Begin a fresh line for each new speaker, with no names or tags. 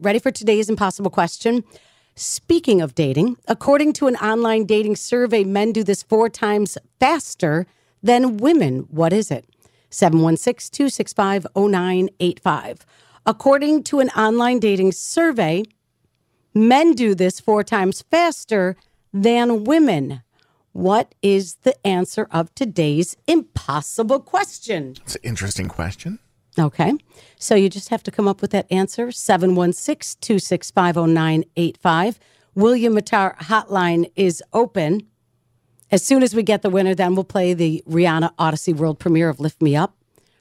Ready for today's impossible question? Speaking of dating, according to an online dating survey, men do this four times faster than women. What is it? 716 265 0985. According to an online dating survey, men do this four times faster than women. What is the answer of today's impossible question?
It's an interesting question.
Okay. So you just have to come up with that answer 716 265 0985. William Matar hotline is open. As soon as we get the winner, then we'll play the Rihanna Odyssey world premiere of Lift Me Up